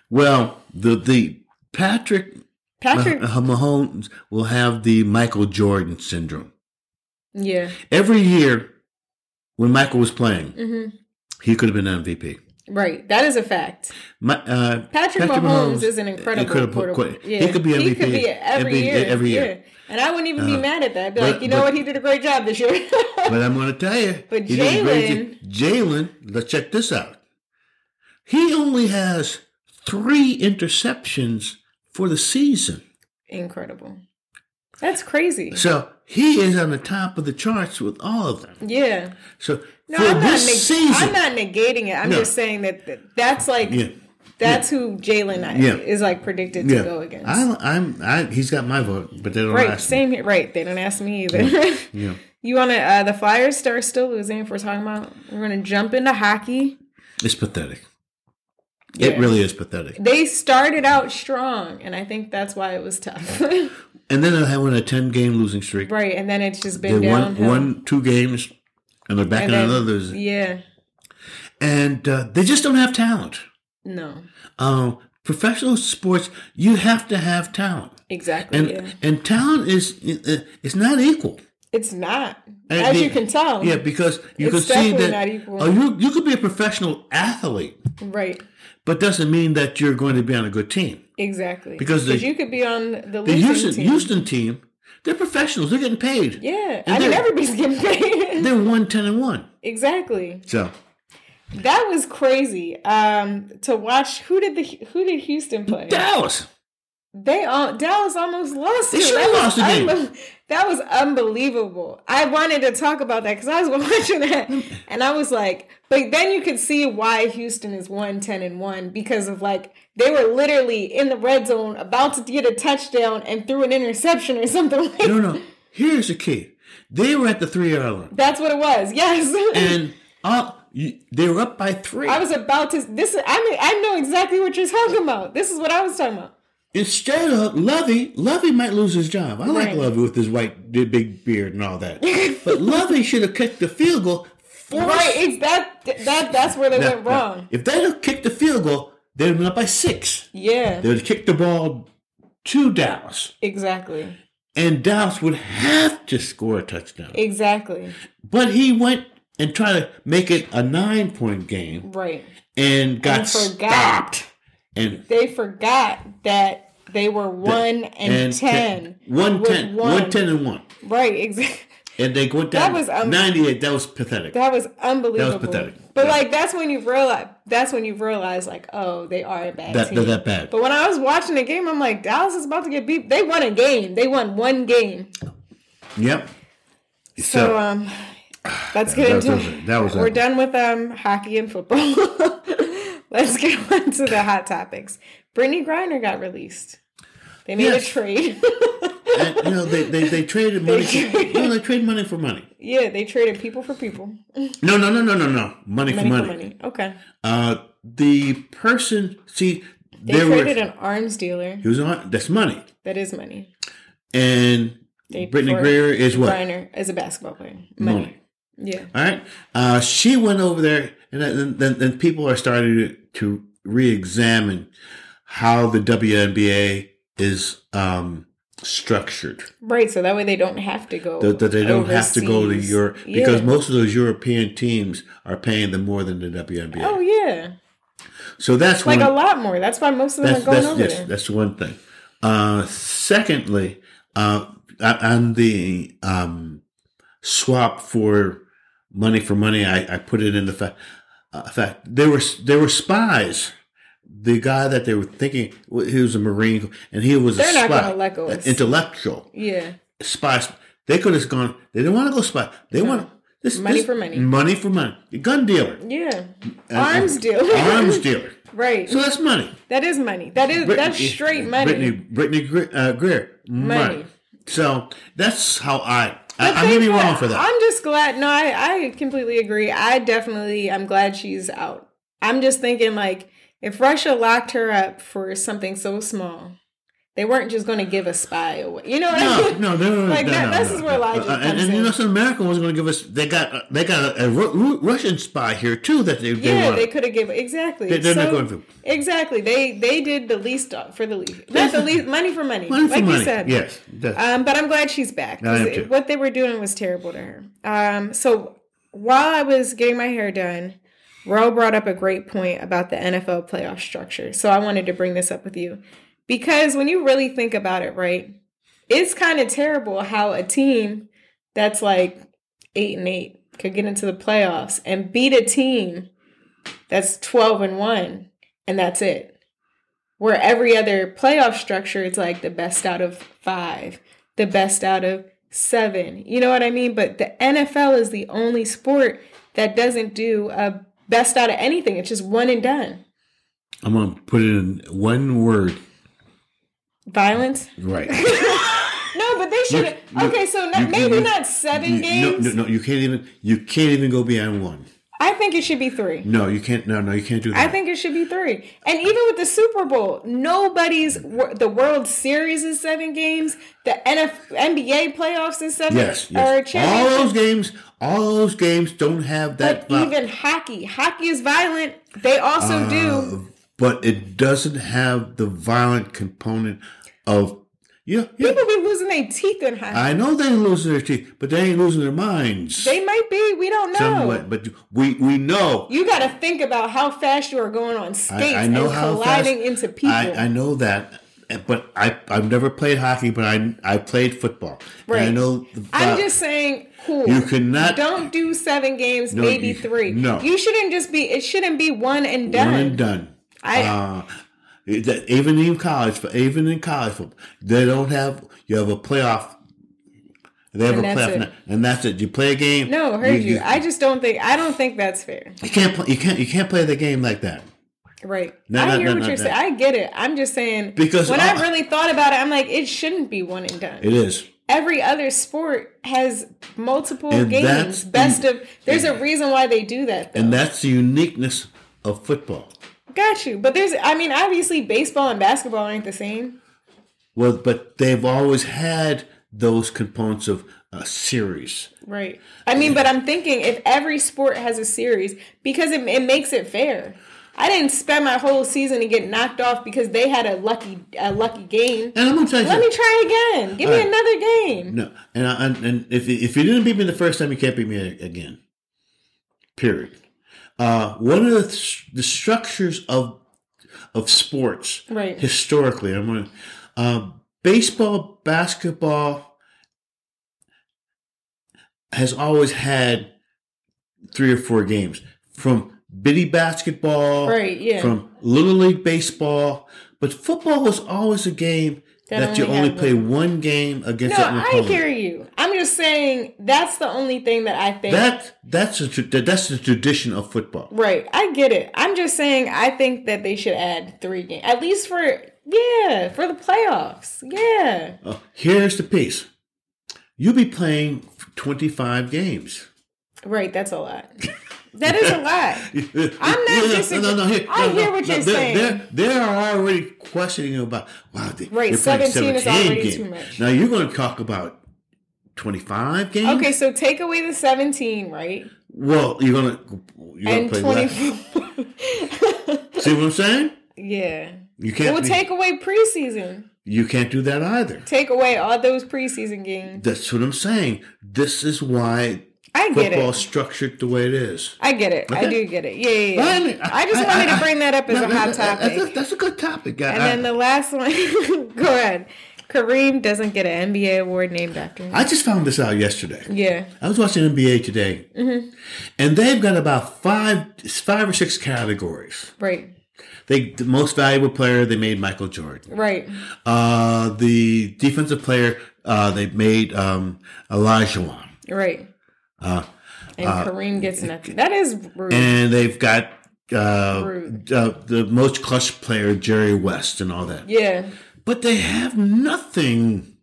[SPEAKER 2] well, the the Patrick
[SPEAKER 1] Patrick,
[SPEAKER 2] Mah- Mahomes will have the Michael Jordan syndrome.
[SPEAKER 1] yeah,
[SPEAKER 2] Every year when Michael was playing,
[SPEAKER 1] hmm
[SPEAKER 2] he could have been MVP.
[SPEAKER 1] right. That is a fact.
[SPEAKER 2] My, uh,
[SPEAKER 1] Patrick,
[SPEAKER 2] Patrick
[SPEAKER 1] Mahomes,
[SPEAKER 2] Mahomes
[SPEAKER 1] is an incredible
[SPEAKER 2] incredible
[SPEAKER 1] quarterback.
[SPEAKER 2] quarter- he could be
[SPEAKER 1] He
[SPEAKER 2] MVP
[SPEAKER 1] could be every
[SPEAKER 2] every-
[SPEAKER 1] year.
[SPEAKER 2] every year.
[SPEAKER 1] Yeah. And I wouldn't even be
[SPEAKER 2] Uh,
[SPEAKER 1] mad at that. I'd be
[SPEAKER 2] but-
[SPEAKER 1] like, you know
[SPEAKER 2] but-
[SPEAKER 1] what? He did a great job this year. [laughs]
[SPEAKER 2] But I'm going to tell you.
[SPEAKER 1] But
[SPEAKER 2] he did a great jo- Jalen, let's check this out. He only has three interceptions for the season.
[SPEAKER 1] incredible. That's crazy.
[SPEAKER 2] So he is on the top of the charts with all of them.
[SPEAKER 1] Yeah.
[SPEAKER 2] So
[SPEAKER 1] No,
[SPEAKER 2] for
[SPEAKER 1] I'm not, neg-
[SPEAKER 2] this season,
[SPEAKER 1] I'm not negating it. I'm
[SPEAKER 2] No.
[SPEAKER 1] just saying that th- that's like,
[SPEAKER 2] yeah,
[SPEAKER 1] that's who Jalen
[SPEAKER 2] Yeah.
[SPEAKER 1] is like predicted to
[SPEAKER 2] yeah,
[SPEAKER 1] go against.
[SPEAKER 2] I, I'm, I, he's got my vote, but they don't
[SPEAKER 1] right.
[SPEAKER 2] ask me.
[SPEAKER 1] Same here. Right. They don't ask me either.
[SPEAKER 2] Yeah.
[SPEAKER 1] [laughs] you want to, uh, the Flyers start still losing if we're talking about, we're going to jump into hockey.
[SPEAKER 2] It's pathetic.
[SPEAKER 1] Yeah.
[SPEAKER 2] It really is pathetic.
[SPEAKER 1] they started out strong, and I think that's why it was tough. [laughs]
[SPEAKER 2] And then they went a ten game losing streak.
[SPEAKER 1] right, and then it's just
[SPEAKER 2] They
[SPEAKER 1] been
[SPEAKER 2] won
[SPEAKER 1] downhill.
[SPEAKER 2] won two games, and they're back
[SPEAKER 1] and
[SPEAKER 2] in
[SPEAKER 1] then,
[SPEAKER 2] another. losing-
[SPEAKER 1] yeah,
[SPEAKER 2] and uh, they just don't have talent.
[SPEAKER 1] no,
[SPEAKER 2] Um, professional sports, you have to have talent,
[SPEAKER 1] exactly.
[SPEAKER 2] and
[SPEAKER 1] yeah.
[SPEAKER 2] and talent is uh, it's not equal.
[SPEAKER 1] It's not,
[SPEAKER 2] And
[SPEAKER 1] as
[SPEAKER 2] they-
[SPEAKER 1] you can tell.
[SPEAKER 2] Yeah, because you
[SPEAKER 1] It's
[SPEAKER 2] could see
[SPEAKER 1] definitely
[SPEAKER 2] that
[SPEAKER 1] not equal.
[SPEAKER 2] oh, you you could be a professional athlete,
[SPEAKER 1] Right,
[SPEAKER 2] but doesn't mean that you're going to be on a good team.
[SPEAKER 1] exactly.
[SPEAKER 2] Because they-
[SPEAKER 1] you could be on the
[SPEAKER 2] The
[SPEAKER 1] losing
[SPEAKER 2] Houston
[SPEAKER 1] team.
[SPEAKER 2] Houston team, they're professionals. They're getting paid.
[SPEAKER 1] yeah,
[SPEAKER 2] And
[SPEAKER 1] I mean
[SPEAKER 2] they're-
[SPEAKER 1] everybody's getting paid. [laughs]
[SPEAKER 2] They're one ten and one.
[SPEAKER 1] exactly.
[SPEAKER 2] So
[SPEAKER 1] That was crazy. Um, to watch who did the who did Houston play?
[SPEAKER 2] Dallas.
[SPEAKER 1] They all Dallas almost lost.
[SPEAKER 2] They
[SPEAKER 1] it.
[SPEAKER 2] should've
[SPEAKER 1] That was
[SPEAKER 2] lost the game.
[SPEAKER 1] unbe- that was unbelievable. I wanted to talk about that because I was [laughs] watching that, and I was like, but then you could see why Houston is one ten and one because of like they were literally in the red zone about to get a touchdown and threw an interception or something. [laughs] Like
[SPEAKER 2] No, no. Here's the key. They were at the three yard line,
[SPEAKER 1] That's what it was. Yes.
[SPEAKER 2] and up, you, they were up by
[SPEAKER 1] [laughs]
[SPEAKER 2] three.
[SPEAKER 1] I was about to. This is. I mean, I know exactly what you're talking about. This is what I was talking about.
[SPEAKER 2] Instead of Lovey, Lovey might lose his job. I like
[SPEAKER 1] Right.
[SPEAKER 2] Lovey with his white big- big beard and all that. but Lovey should have kicked the field goal. Forced,
[SPEAKER 1] Right. It's that. That. That's where they
[SPEAKER 2] No,
[SPEAKER 1] went
[SPEAKER 2] no.
[SPEAKER 1] wrong.
[SPEAKER 2] If they had kicked the field goal, they'd have been up by six.
[SPEAKER 1] Yeah.
[SPEAKER 2] They would have kicked the ball to Dallas,
[SPEAKER 1] Exactly.
[SPEAKER 2] and Dallas would have to score a touchdown.
[SPEAKER 1] Exactly.
[SPEAKER 2] But he went and tried to make it a nine point game
[SPEAKER 1] Right.
[SPEAKER 2] and got
[SPEAKER 1] And forgot.
[SPEAKER 2] stopped. And
[SPEAKER 1] They forgot that they were one and, ten.
[SPEAKER 2] One
[SPEAKER 1] With
[SPEAKER 2] ten.
[SPEAKER 1] one.
[SPEAKER 2] One ten and one.
[SPEAKER 1] Right. Exactly.
[SPEAKER 2] And they went down
[SPEAKER 1] was un-
[SPEAKER 2] 98. That was
[SPEAKER 1] [laughs]
[SPEAKER 2] pathetic.
[SPEAKER 1] That was unbelievable.
[SPEAKER 2] pathetic.
[SPEAKER 1] But
[SPEAKER 2] Yeah.
[SPEAKER 1] like that's when you realize that's when you realize like oh they are a bad
[SPEAKER 2] that,
[SPEAKER 1] team.
[SPEAKER 2] they're that bad.
[SPEAKER 1] But when I was watching the game, I'm like Dallas is about to get beat. They won a game. They won one game.
[SPEAKER 2] Yep. So,
[SPEAKER 1] So, um,
[SPEAKER 2] [sighs]
[SPEAKER 1] let's get
[SPEAKER 2] that
[SPEAKER 1] into
[SPEAKER 2] was it. That was
[SPEAKER 1] We're
[SPEAKER 2] it.
[SPEAKER 1] done with um hockey and football. [laughs] let's get [laughs] on to the hot topics. Brittany Griner got released. They made
[SPEAKER 2] Yes.
[SPEAKER 1] a trade.
[SPEAKER 2] and, you know, they, they, they
[SPEAKER 1] [laughs]
[SPEAKER 2] traded money. for,
[SPEAKER 1] traded-
[SPEAKER 2] no, they traded money for money.
[SPEAKER 1] Yeah, they traded people for people.
[SPEAKER 2] No, no, no, no, no, no. Money, for
[SPEAKER 1] Money,
[SPEAKER 2] money.
[SPEAKER 1] for money. Okay.
[SPEAKER 2] Uh, the person, see,
[SPEAKER 1] They
[SPEAKER 2] there
[SPEAKER 1] traded
[SPEAKER 2] were.
[SPEAKER 1] an arms dealer.
[SPEAKER 2] He was on. That's money.
[SPEAKER 1] That is money.
[SPEAKER 2] And
[SPEAKER 1] They-
[SPEAKER 2] Brittany
[SPEAKER 1] for
[SPEAKER 2] Greer is what?
[SPEAKER 1] Griner is a basketball player. Money.
[SPEAKER 2] money.
[SPEAKER 1] Yeah.
[SPEAKER 2] All right. Uh, she went over there, and then, then, then people are starting to, to re examine how the WNBA is um, structured.
[SPEAKER 1] Right, so that way they don't have to go.
[SPEAKER 2] That, that they don't have to go to
[SPEAKER 1] overseas.
[SPEAKER 2] Europe because
[SPEAKER 1] Yeah.
[SPEAKER 2] most of those European teams are paying them more than the WNBA.
[SPEAKER 1] Oh yeah,
[SPEAKER 2] so that's
[SPEAKER 1] like
[SPEAKER 2] one,
[SPEAKER 1] a lot more. That's why most of them
[SPEAKER 2] that's
[SPEAKER 1] are going
[SPEAKER 2] that's
[SPEAKER 1] over
[SPEAKER 2] yes,
[SPEAKER 1] there.
[SPEAKER 2] that's one thing. Uh, secondly, uh, on- on the um, swap for money for money, I, I put it in the fact, uh, fact there were there were spies. The guy that they were thinking he was a marine, and he was
[SPEAKER 1] They're
[SPEAKER 2] a
[SPEAKER 1] not
[SPEAKER 2] spy,
[SPEAKER 1] gonna let go of-
[SPEAKER 2] an intellectual
[SPEAKER 1] Yeah,
[SPEAKER 2] spy. They could have gone. They didn't want to go spy. They want this
[SPEAKER 1] Money
[SPEAKER 2] this-
[SPEAKER 1] for money.
[SPEAKER 2] money for money, gun dealer,
[SPEAKER 1] yeah.
[SPEAKER 2] And-
[SPEAKER 1] Arms
[SPEAKER 2] and-
[SPEAKER 1] dealer.
[SPEAKER 2] arms dealer.
[SPEAKER 1] [laughs] Right.
[SPEAKER 2] So that's money.
[SPEAKER 1] That is money. That is that's straight money.
[SPEAKER 2] Brittany, Brittany Gre- uh, Greer, money.
[SPEAKER 1] Money.
[SPEAKER 2] So that's how I.
[SPEAKER 1] But
[SPEAKER 2] I, I may
[SPEAKER 1] thank
[SPEAKER 2] be wrong
[SPEAKER 1] God.
[SPEAKER 2] for that.
[SPEAKER 1] I'm just glad. No, I, I completely agree. I definitely, I'm glad she's out. I'm just thinking, like, if Russia locked her up for something so small, they weren't just going to give a spy away. You know what I [laughs]
[SPEAKER 2] no,
[SPEAKER 1] mean?
[SPEAKER 2] no, no, no,
[SPEAKER 1] Like,
[SPEAKER 2] no,
[SPEAKER 1] that-
[SPEAKER 2] no,
[SPEAKER 1] this
[SPEAKER 2] no,
[SPEAKER 1] is where
[SPEAKER 2] no.
[SPEAKER 1] logic
[SPEAKER 2] Uh, and,
[SPEAKER 1] comes
[SPEAKER 2] and you
[SPEAKER 1] in.
[SPEAKER 2] know, some American was going to give us. They got uh, they got a, a Ru- Ru- Russian spy here too that they they
[SPEAKER 1] Yeah,
[SPEAKER 2] wanted.
[SPEAKER 1] they could have given exactly.
[SPEAKER 2] They- they're not
[SPEAKER 1] So-
[SPEAKER 2] going to.
[SPEAKER 1] Exactly. They they did the least for the least. Not the least money for money.
[SPEAKER 2] money for
[SPEAKER 1] like
[SPEAKER 2] money.
[SPEAKER 1] you said.
[SPEAKER 2] yes, that's-
[SPEAKER 1] Um, but I'm glad she's back. 'cause
[SPEAKER 2] I am
[SPEAKER 1] it-
[SPEAKER 2] too.
[SPEAKER 1] What they were doing was terrible to her. Um, so while I was getting my hair done, Ro brought up a great point about the NFL playoff structure. So I wanted to bring this up with you because when you really think about it, right, it's kind of terrible how a team that's like eight and eight could get into the playoffs and beat a team that's 12 and one, and that's it where every other playoff structure is like the best out of five, the best out of seven. You know what I mean? But the NFL is the only sport that doesn't do a best out of anything. It's just one and done.
[SPEAKER 2] I'm going to put it in one word.
[SPEAKER 1] Violence? [laughs]
[SPEAKER 2] Right.
[SPEAKER 1] No, but they should.
[SPEAKER 2] you-
[SPEAKER 1] Okay, so not,
[SPEAKER 2] you-
[SPEAKER 1] maybe
[SPEAKER 2] you-
[SPEAKER 1] not seven
[SPEAKER 2] You- no,
[SPEAKER 1] games.
[SPEAKER 2] no, no, you can't even. You can't even go beyond one.
[SPEAKER 1] I think it should be three.
[SPEAKER 2] No, you can't. No, no, you can't do that.
[SPEAKER 1] I think it should be three. And even with the Super Bowl, nobody's wor- the World Series is seven games. The NF, NBA playoffs is seven.
[SPEAKER 2] Yes,
[SPEAKER 1] Or
[SPEAKER 2] yes. All
[SPEAKER 1] championship
[SPEAKER 2] those games, all those games don't have
[SPEAKER 1] But
[SPEAKER 2] that. vi-
[SPEAKER 1] even hockey, hockey is violent. They also do.
[SPEAKER 2] Uh, but it doesn't have the violent component of yeah. yeah
[SPEAKER 1] People be losing their teeth in hockey.
[SPEAKER 2] I know they ain't losing their teeth, but they ain't losing their minds.
[SPEAKER 1] they might be. We don't know.
[SPEAKER 2] somewhat, but we we know.
[SPEAKER 1] You got to think about how fast you are going on skates
[SPEAKER 2] I, I know
[SPEAKER 1] and
[SPEAKER 2] how
[SPEAKER 1] colliding
[SPEAKER 2] fast,
[SPEAKER 1] into people.
[SPEAKER 2] I, I know that, but I I've never played hockey, but I I played football. And I
[SPEAKER 1] Right.
[SPEAKER 2] know. the
[SPEAKER 1] am
[SPEAKER 2] vi-
[SPEAKER 1] just saying, cool.
[SPEAKER 2] You cannot-
[SPEAKER 1] Don't do seven games, maybe
[SPEAKER 2] you-
[SPEAKER 1] three.
[SPEAKER 2] no.
[SPEAKER 1] You shouldn't just be. It shouldn't be one and done.
[SPEAKER 2] one and done.
[SPEAKER 1] I-
[SPEAKER 2] uh, that- even in college, for even in college football, they don't have you have a playoff. They have
[SPEAKER 1] And
[SPEAKER 2] a
[SPEAKER 1] that's
[SPEAKER 2] playoff,
[SPEAKER 1] it.
[SPEAKER 2] night, and that's it. You play a game.
[SPEAKER 1] No, heard you. I just don't think. I don't think that's fair.
[SPEAKER 2] you can't play. You can't. You can't play the game like that.
[SPEAKER 1] Right.
[SPEAKER 2] No,
[SPEAKER 1] I
[SPEAKER 2] no,
[SPEAKER 1] hear
[SPEAKER 2] no,
[SPEAKER 1] what
[SPEAKER 2] no,
[SPEAKER 1] you're
[SPEAKER 2] no.
[SPEAKER 1] saying. I get it. I'm just saying
[SPEAKER 2] Because
[SPEAKER 1] when
[SPEAKER 2] all-
[SPEAKER 1] I really thought about it, I'm like, it shouldn't be one and done.
[SPEAKER 2] It is.
[SPEAKER 1] every other sport has multiple
[SPEAKER 2] And that's
[SPEAKER 1] games.
[SPEAKER 2] the-
[SPEAKER 1] Best of there's a reason why they do that though.
[SPEAKER 2] And that's the uniqueness of football.
[SPEAKER 1] Got you. But there's I mean, obviously baseball and basketball aren't the same.
[SPEAKER 2] Well, but they've always had those components of a series.
[SPEAKER 1] Right. I mean, but I'm thinking if every sport has a series, because it, it makes it fair. I didn't spend my whole season to get knocked off because they had a lucky a lucky game.
[SPEAKER 2] And I'm gonna tell you.
[SPEAKER 1] Let me try again. Give me
[SPEAKER 2] All right.
[SPEAKER 1] another game.
[SPEAKER 2] no, and I, and, and if if you didn't beat me the first time, you can't beat me a- again. Period. Uh, one of the, th- the structures of of sports
[SPEAKER 1] Right.
[SPEAKER 2] historically, I'm going to um, baseball, basketball has always had three or four games from bitty basketball,
[SPEAKER 1] Right, yeah.
[SPEAKER 2] from little league baseball, but football was always a game
[SPEAKER 1] That
[SPEAKER 2] that, you
[SPEAKER 1] only
[SPEAKER 2] only
[SPEAKER 1] had
[SPEAKER 2] play one game against
[SPEAKER 1] No,
[SPEAKER 2] an
[SPEAKER 1] I
[SPEAKER 2] opponent.
[SPEAKER 1] hear you. I'm just saying that's the only thing that I think
[SPEAKER 2] That that's a, tra- that's the tradition of football.
[SPEAKER 1] Right, I get it. I'm just saying, I think that they should add three games at least for yeah for the playoffs. Yeah,
[SPEAKER 2] Uh, here's the piece: you'll be playing twenty five games.
[SPEAKER 1] right. That's a
[SPEAKER 2] [laughs]
[SPEAKER 1] lot. That is a lot. I'm not disagreeing. I hear what you're
[SPEAKER 2] they're,
[SPEAKER 1] saying.
[SPEAKER 2] They're, they are already questioning about wow. They,
[SPEAKER 1] Right,
[SPEAKER 2] they're playing
[SPEAKER 1] 17 is already
[SPEAKER 2] games.
[SPEAKER 1] too much.
[SPEAKER 2] Now you're going to talk about twenty five games.
[SPEAKER 1] Okay, so take away the 17, right?
[SPEAKER 2] Well, you're going to you're going
[SPEAKER 1] And
[SPEAKER 2] to play less.
[SPEAKER 1] 24.
[SPEAKER 2] See what I'm saying?
[SPEAKER 1] [laughs] yeah.
[SPEAKER 2] You
[SPEAKER 1] It
[SPEAKER 2] can't.
[SPEAKER 1] will
[SPEAKER 2] be-
[SPEAKER 1] take away preseason.
[SPEAKER 2] you can't do that either.
[SPEAKER 1] Take away all those preseason games.
[SPEAKER 2] That's what I'm saying. This is why
[SPEAKER 1] I get
[SPEAKER 2] football's
[SPEAKER 1] it.
[SPEAKER 2] structured the way it is.
[SPEAKER 1] I get it. I
[SPEAKER 2] Okay.
[SPEAKER 1] do get it. Yeah, yeah, yeah.
[SPEAKER 2] I
[SPEAKER 1] I,
[SPEAKER 2] mean, I-
[SPEAKER 1] just
[SPEAKER 2] I-
[SPEAKER 1] wanted
[SPEAKER 2] I-
[SPEAKER 1] to bring that up as
[SPEAKER 2] No,
[SPEAKER 1] a
[SPEAKER 2] no,
[SPEAKER 1] hot
[SPEAKER 2] no,
[SPEAKER 1] topic.
[SPEAKER 2] That's a, that's a good topic. I,
[SPEAKER 1] and then the last one. [laughs] Go ahead. Kareem doesn't get an NBA award named after him.
[SPEAKER 2] I just found this out yesterday.
[SPEAKER 1] yeah.
[SPEAKER 2] I was watching NBA today,
[SPEAKER 1] Mm-hmm.
[SPEAKER 2] and they've got about five, five or six categories.
[SPEAKER 1] Right.
[SPEAKER 2] They the most valuable player they made Michael Jordan.
[SPEAKER 1] Right.
[SPEAKER 2] Uh, the defensive player uh, they made um, Olajuwon,
[SPEAKER 1] Right.
[SPEAKER 2] Uh,
[SPEAKER 1] and Kareem gets nothing. That is rude.
[SPEAKER 2] and they've got uh,
[SPEAKER 1] Rude.
[SPEAKER 2] uh, the most clutch player Jerry West and all that.
[SPEAKER 1] yeah.
[SPEAKER 2] But they have nothing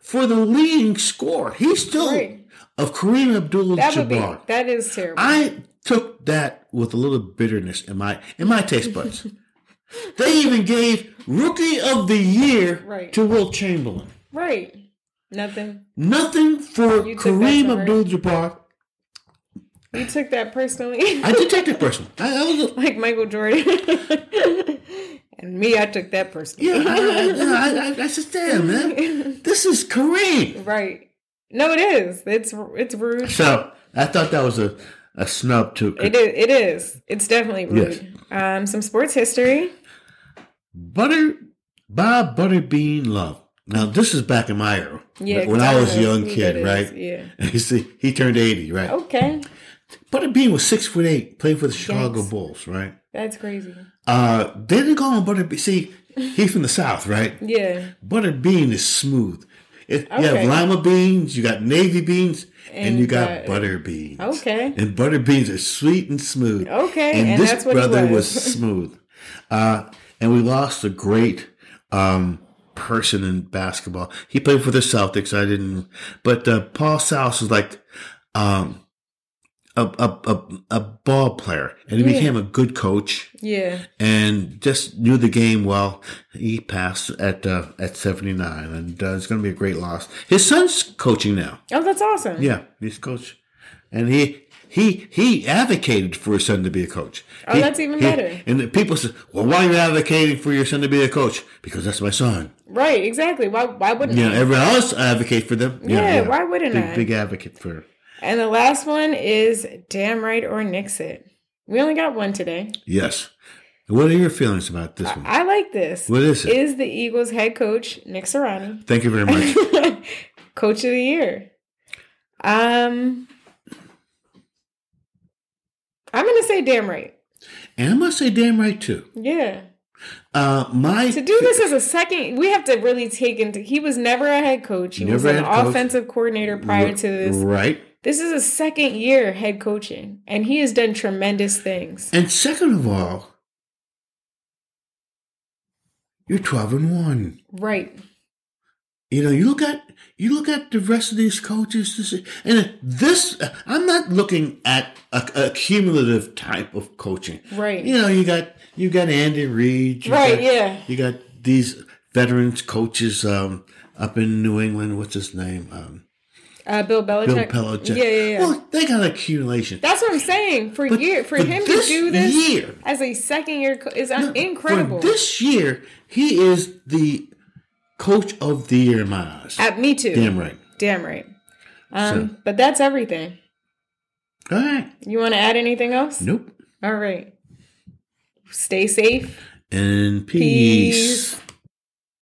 [SPEAKER 2] for the leading scorer. He's still
[SPEAKER 1] Right.
[SPEAKER 2] of Kareem
[SPEAKER 1] That would be.
[SPEAKER 2] Abdul-Jabbar.
[SPEAKER 1] That is terrible.
[SPEAKER 2] I took that with a little bitterness in my in my taste
[SPEAKER 1] [laughs]
[SPEAKER 2] buds. they even gave Rookie of the Year
[SPEAKER 1] Right.
[SPEAKER 2] to Will Chamberlain.
[SPEAKER 1] right. Nothing.
[SPEAKER 2] Nothing for
[SPEAKER 1] You took that
[SPEAKER 2] Kareem
[SPEAKER 1] to heart.
[SPEAKER 2] Abdul-Jabbar.
[SPEAKER 1] You took that personally.
[SPEAKER 2] I did take that person. I, I was
[SPEAKER 1] [laughs] like Michael Jordan. [laughs] and me, I took that personally.
[SPEAKER 2] yeah, I, I, I, I said, damn, man, this is Kareem.
[SPEAKER 1] [laughs] Right. No, it is. It's it's rude.
[SPEAKER 2] So I thought that was a, a snub to
[SPEAKER 1] It is. It is. It's definitely rude. Um, some sports history.
[SPEAKER 2] Butter Bob Butterbean Love. Now this is back in my era.
[SPEAKER 1] Yeah.
[SPEAKER 2] when
[SPEAKER 1] 'cause
[SPEAKER 2] I
[SPEAKER 1] don't
[SPEAKER 2] was a
[SPEAKER 1] know
[SPEAKER 2] young
[SPEAKER 1] who
[SPEAKER 2] kid,
[SPEAKER 1] that is.
[SPEAKER 2] right? [laughs]
[SPEAKER 1] Yeah.
[SPEAKER 2] You see, he turned eighty, right?
[SPEAKER 1] Okay.
[SPEAKER 2] Butterbean was six foot eight, played for the Chicago
[SPEAKER 1] Yikes.
[SPEAKER 2] Bulls, right?
[SPEAKER 1] That's crazy.
[SPEAKER 2] Uh, they didn't call him Butterbean. See, he's from the South, right?
[SPEAKER 1] Yeah.
[SPEAKER 2] Butterbean is smooth. If You
[SPEAKER 1] Okay.
[SPEAKER 2] have lima beans, you got navy beans, and,
[SPEAKER 1] And,
[SPEAKER 2] you got
[SPEAKER 1] uh,
[SPEAKER 2] butter beans.
[SPEAKER 1] Okay.
[SPEAKER 2] And butter beans are sweet and smooth.
[SPEAKER 1] Okay,
[SPEAKER 2] And,
[SPEAKER 1] and
[SPEAKER 2] this
[SPEAKER 1] that's what he
[SPEAKER 2] brother was
[SPEAKER 1] was. [laughs]
[SPEAKER 2] smooth. Uh, and we lost a great um, person in basketball. He played for the Celtics. I didn't, but uh, Paul South was like um, a, a a a ball player, and he
[SPEAKER 1] Yeah.
[SPEAKER 2] became a good coach
[SPEAKER 1] Yeah.
[SPEAKER 2] and just knew the game well. He passed at uh, at seventy nine, and uh, it's going to be a great loss. His son's coaching now.
[SPEAKER 1] Oh, that's awesome.
[SPEAKER 2] Yeah, he's coach, and he he he advocated for his son to be a coach.
[SPEAKER 1] Oh,
[SPEAKER 2] He-
[SPEAKER 1] that's even
[SPEAKER 2] he-
[SPEAKER 1] better.
[SPEAKER 2] And the people said, "Well, why are you advocating for your son to be a coach?" Because that's my son.
[SPEAKER 1] Right. Exactly. Why? Why wouldn't?
[SPEAKER 2] You know,
[SPEAKER 1] I?
[SPEAKER 2] everyone else advocate for them. You know,
[SPEAKER 1] Yeah, why wouldn't
[SPEAKER 2] big,
[SPEAKER 1] I?
[SPEAKER 2] Big advocate for.
[SPEAKER 1] And the last one is damn right or nix it. We only got one today.
[SPEAKER 2] Yes. What are your feelings about this one?
[SPEAKER 1] I like this.
[SPEAKER 2] What is it?
[SPEAKER 1] Is the Eagles head coach Nick Serrani
[SPEAKER 2] Thank you very much.
[SPEAKER 1] [laughs] coach of the year? Um, I'm gonna say damn right.
[SPEAKER 2] and I must say, damn right too.
[SPEAKER 1] Yeah.
[SPEAKER 2] Uh, my
[SPEAKER 1] To do this as a second, we have to really take into. He was never a head coach. He was
[SPEAKER 2] Never
[SPEAKER 1] an
[SPEAKER 2] head coach.
[SPEAKER 1] offensive coordinator prior to this.
[SPEAKER 2] right.
[SPEAKER 1] This is a second year head coaching, and he has done tremendous things.
[SPEAKER 2] And second of all, you're twelve and one.
[SPEAKER 1] Right.
[SPEAKER 2] You know, you look at you look at the rest of these coaches. This and this, I'm not looking at a, a cumulative type of coaching.
[SPEAKER 1] Right.
[SPEAKER 2] You know, you got you got Andy Reid. You
[SPEAKER 1] Right,
[SPEAKER 2] got-
[SPEAKER 1] yeah.
[SPEAKER 2] You got these veterans coaches um, up in New England. What's his name? Um,
[SPEAKER 1] Uh, Bill
[SPEAKER 2] Bill
[SPEAKER 1] Belichick.
[SPEAKER 2] Belichick.
[SPEAKER 1] Yeah, yeah, yeah.
[SPEAKER 2] Well, they got accumulation.
[SPEAKER 1] That's what I'm saying. For
[SPEAKER 2] But-
[SPEAKER 1] year, for
[SPEAKER 2] but
[SPEAKER 1] him
[SPEAKER 2] this
[SPEAKER 1] to do this
[SPEAKER 2] year-
[SPEAKER 1] as a second year co- is un-
[SPEAKER 2] For
[SPEAKER 1] incredible.
[SPEAKER 2] this year, he is the coach of the year in my eyes.
[SPEAKER 1] At me too.
[SPEAKER 2] Damn right.
[SPEAKER 1] Damn right. Um,
[SPEAKER 2] So-
[SPEAKER 1] But that's everything.
[SPEAKER 2] All right.
[SPEAKER 1] You want to add anything else?
[SPEAKER 2] Nope.
[SPEAKER 1] All right. Stay safe.
[SPEAKER 2] And peace.
[SPEAKER 1] Peace.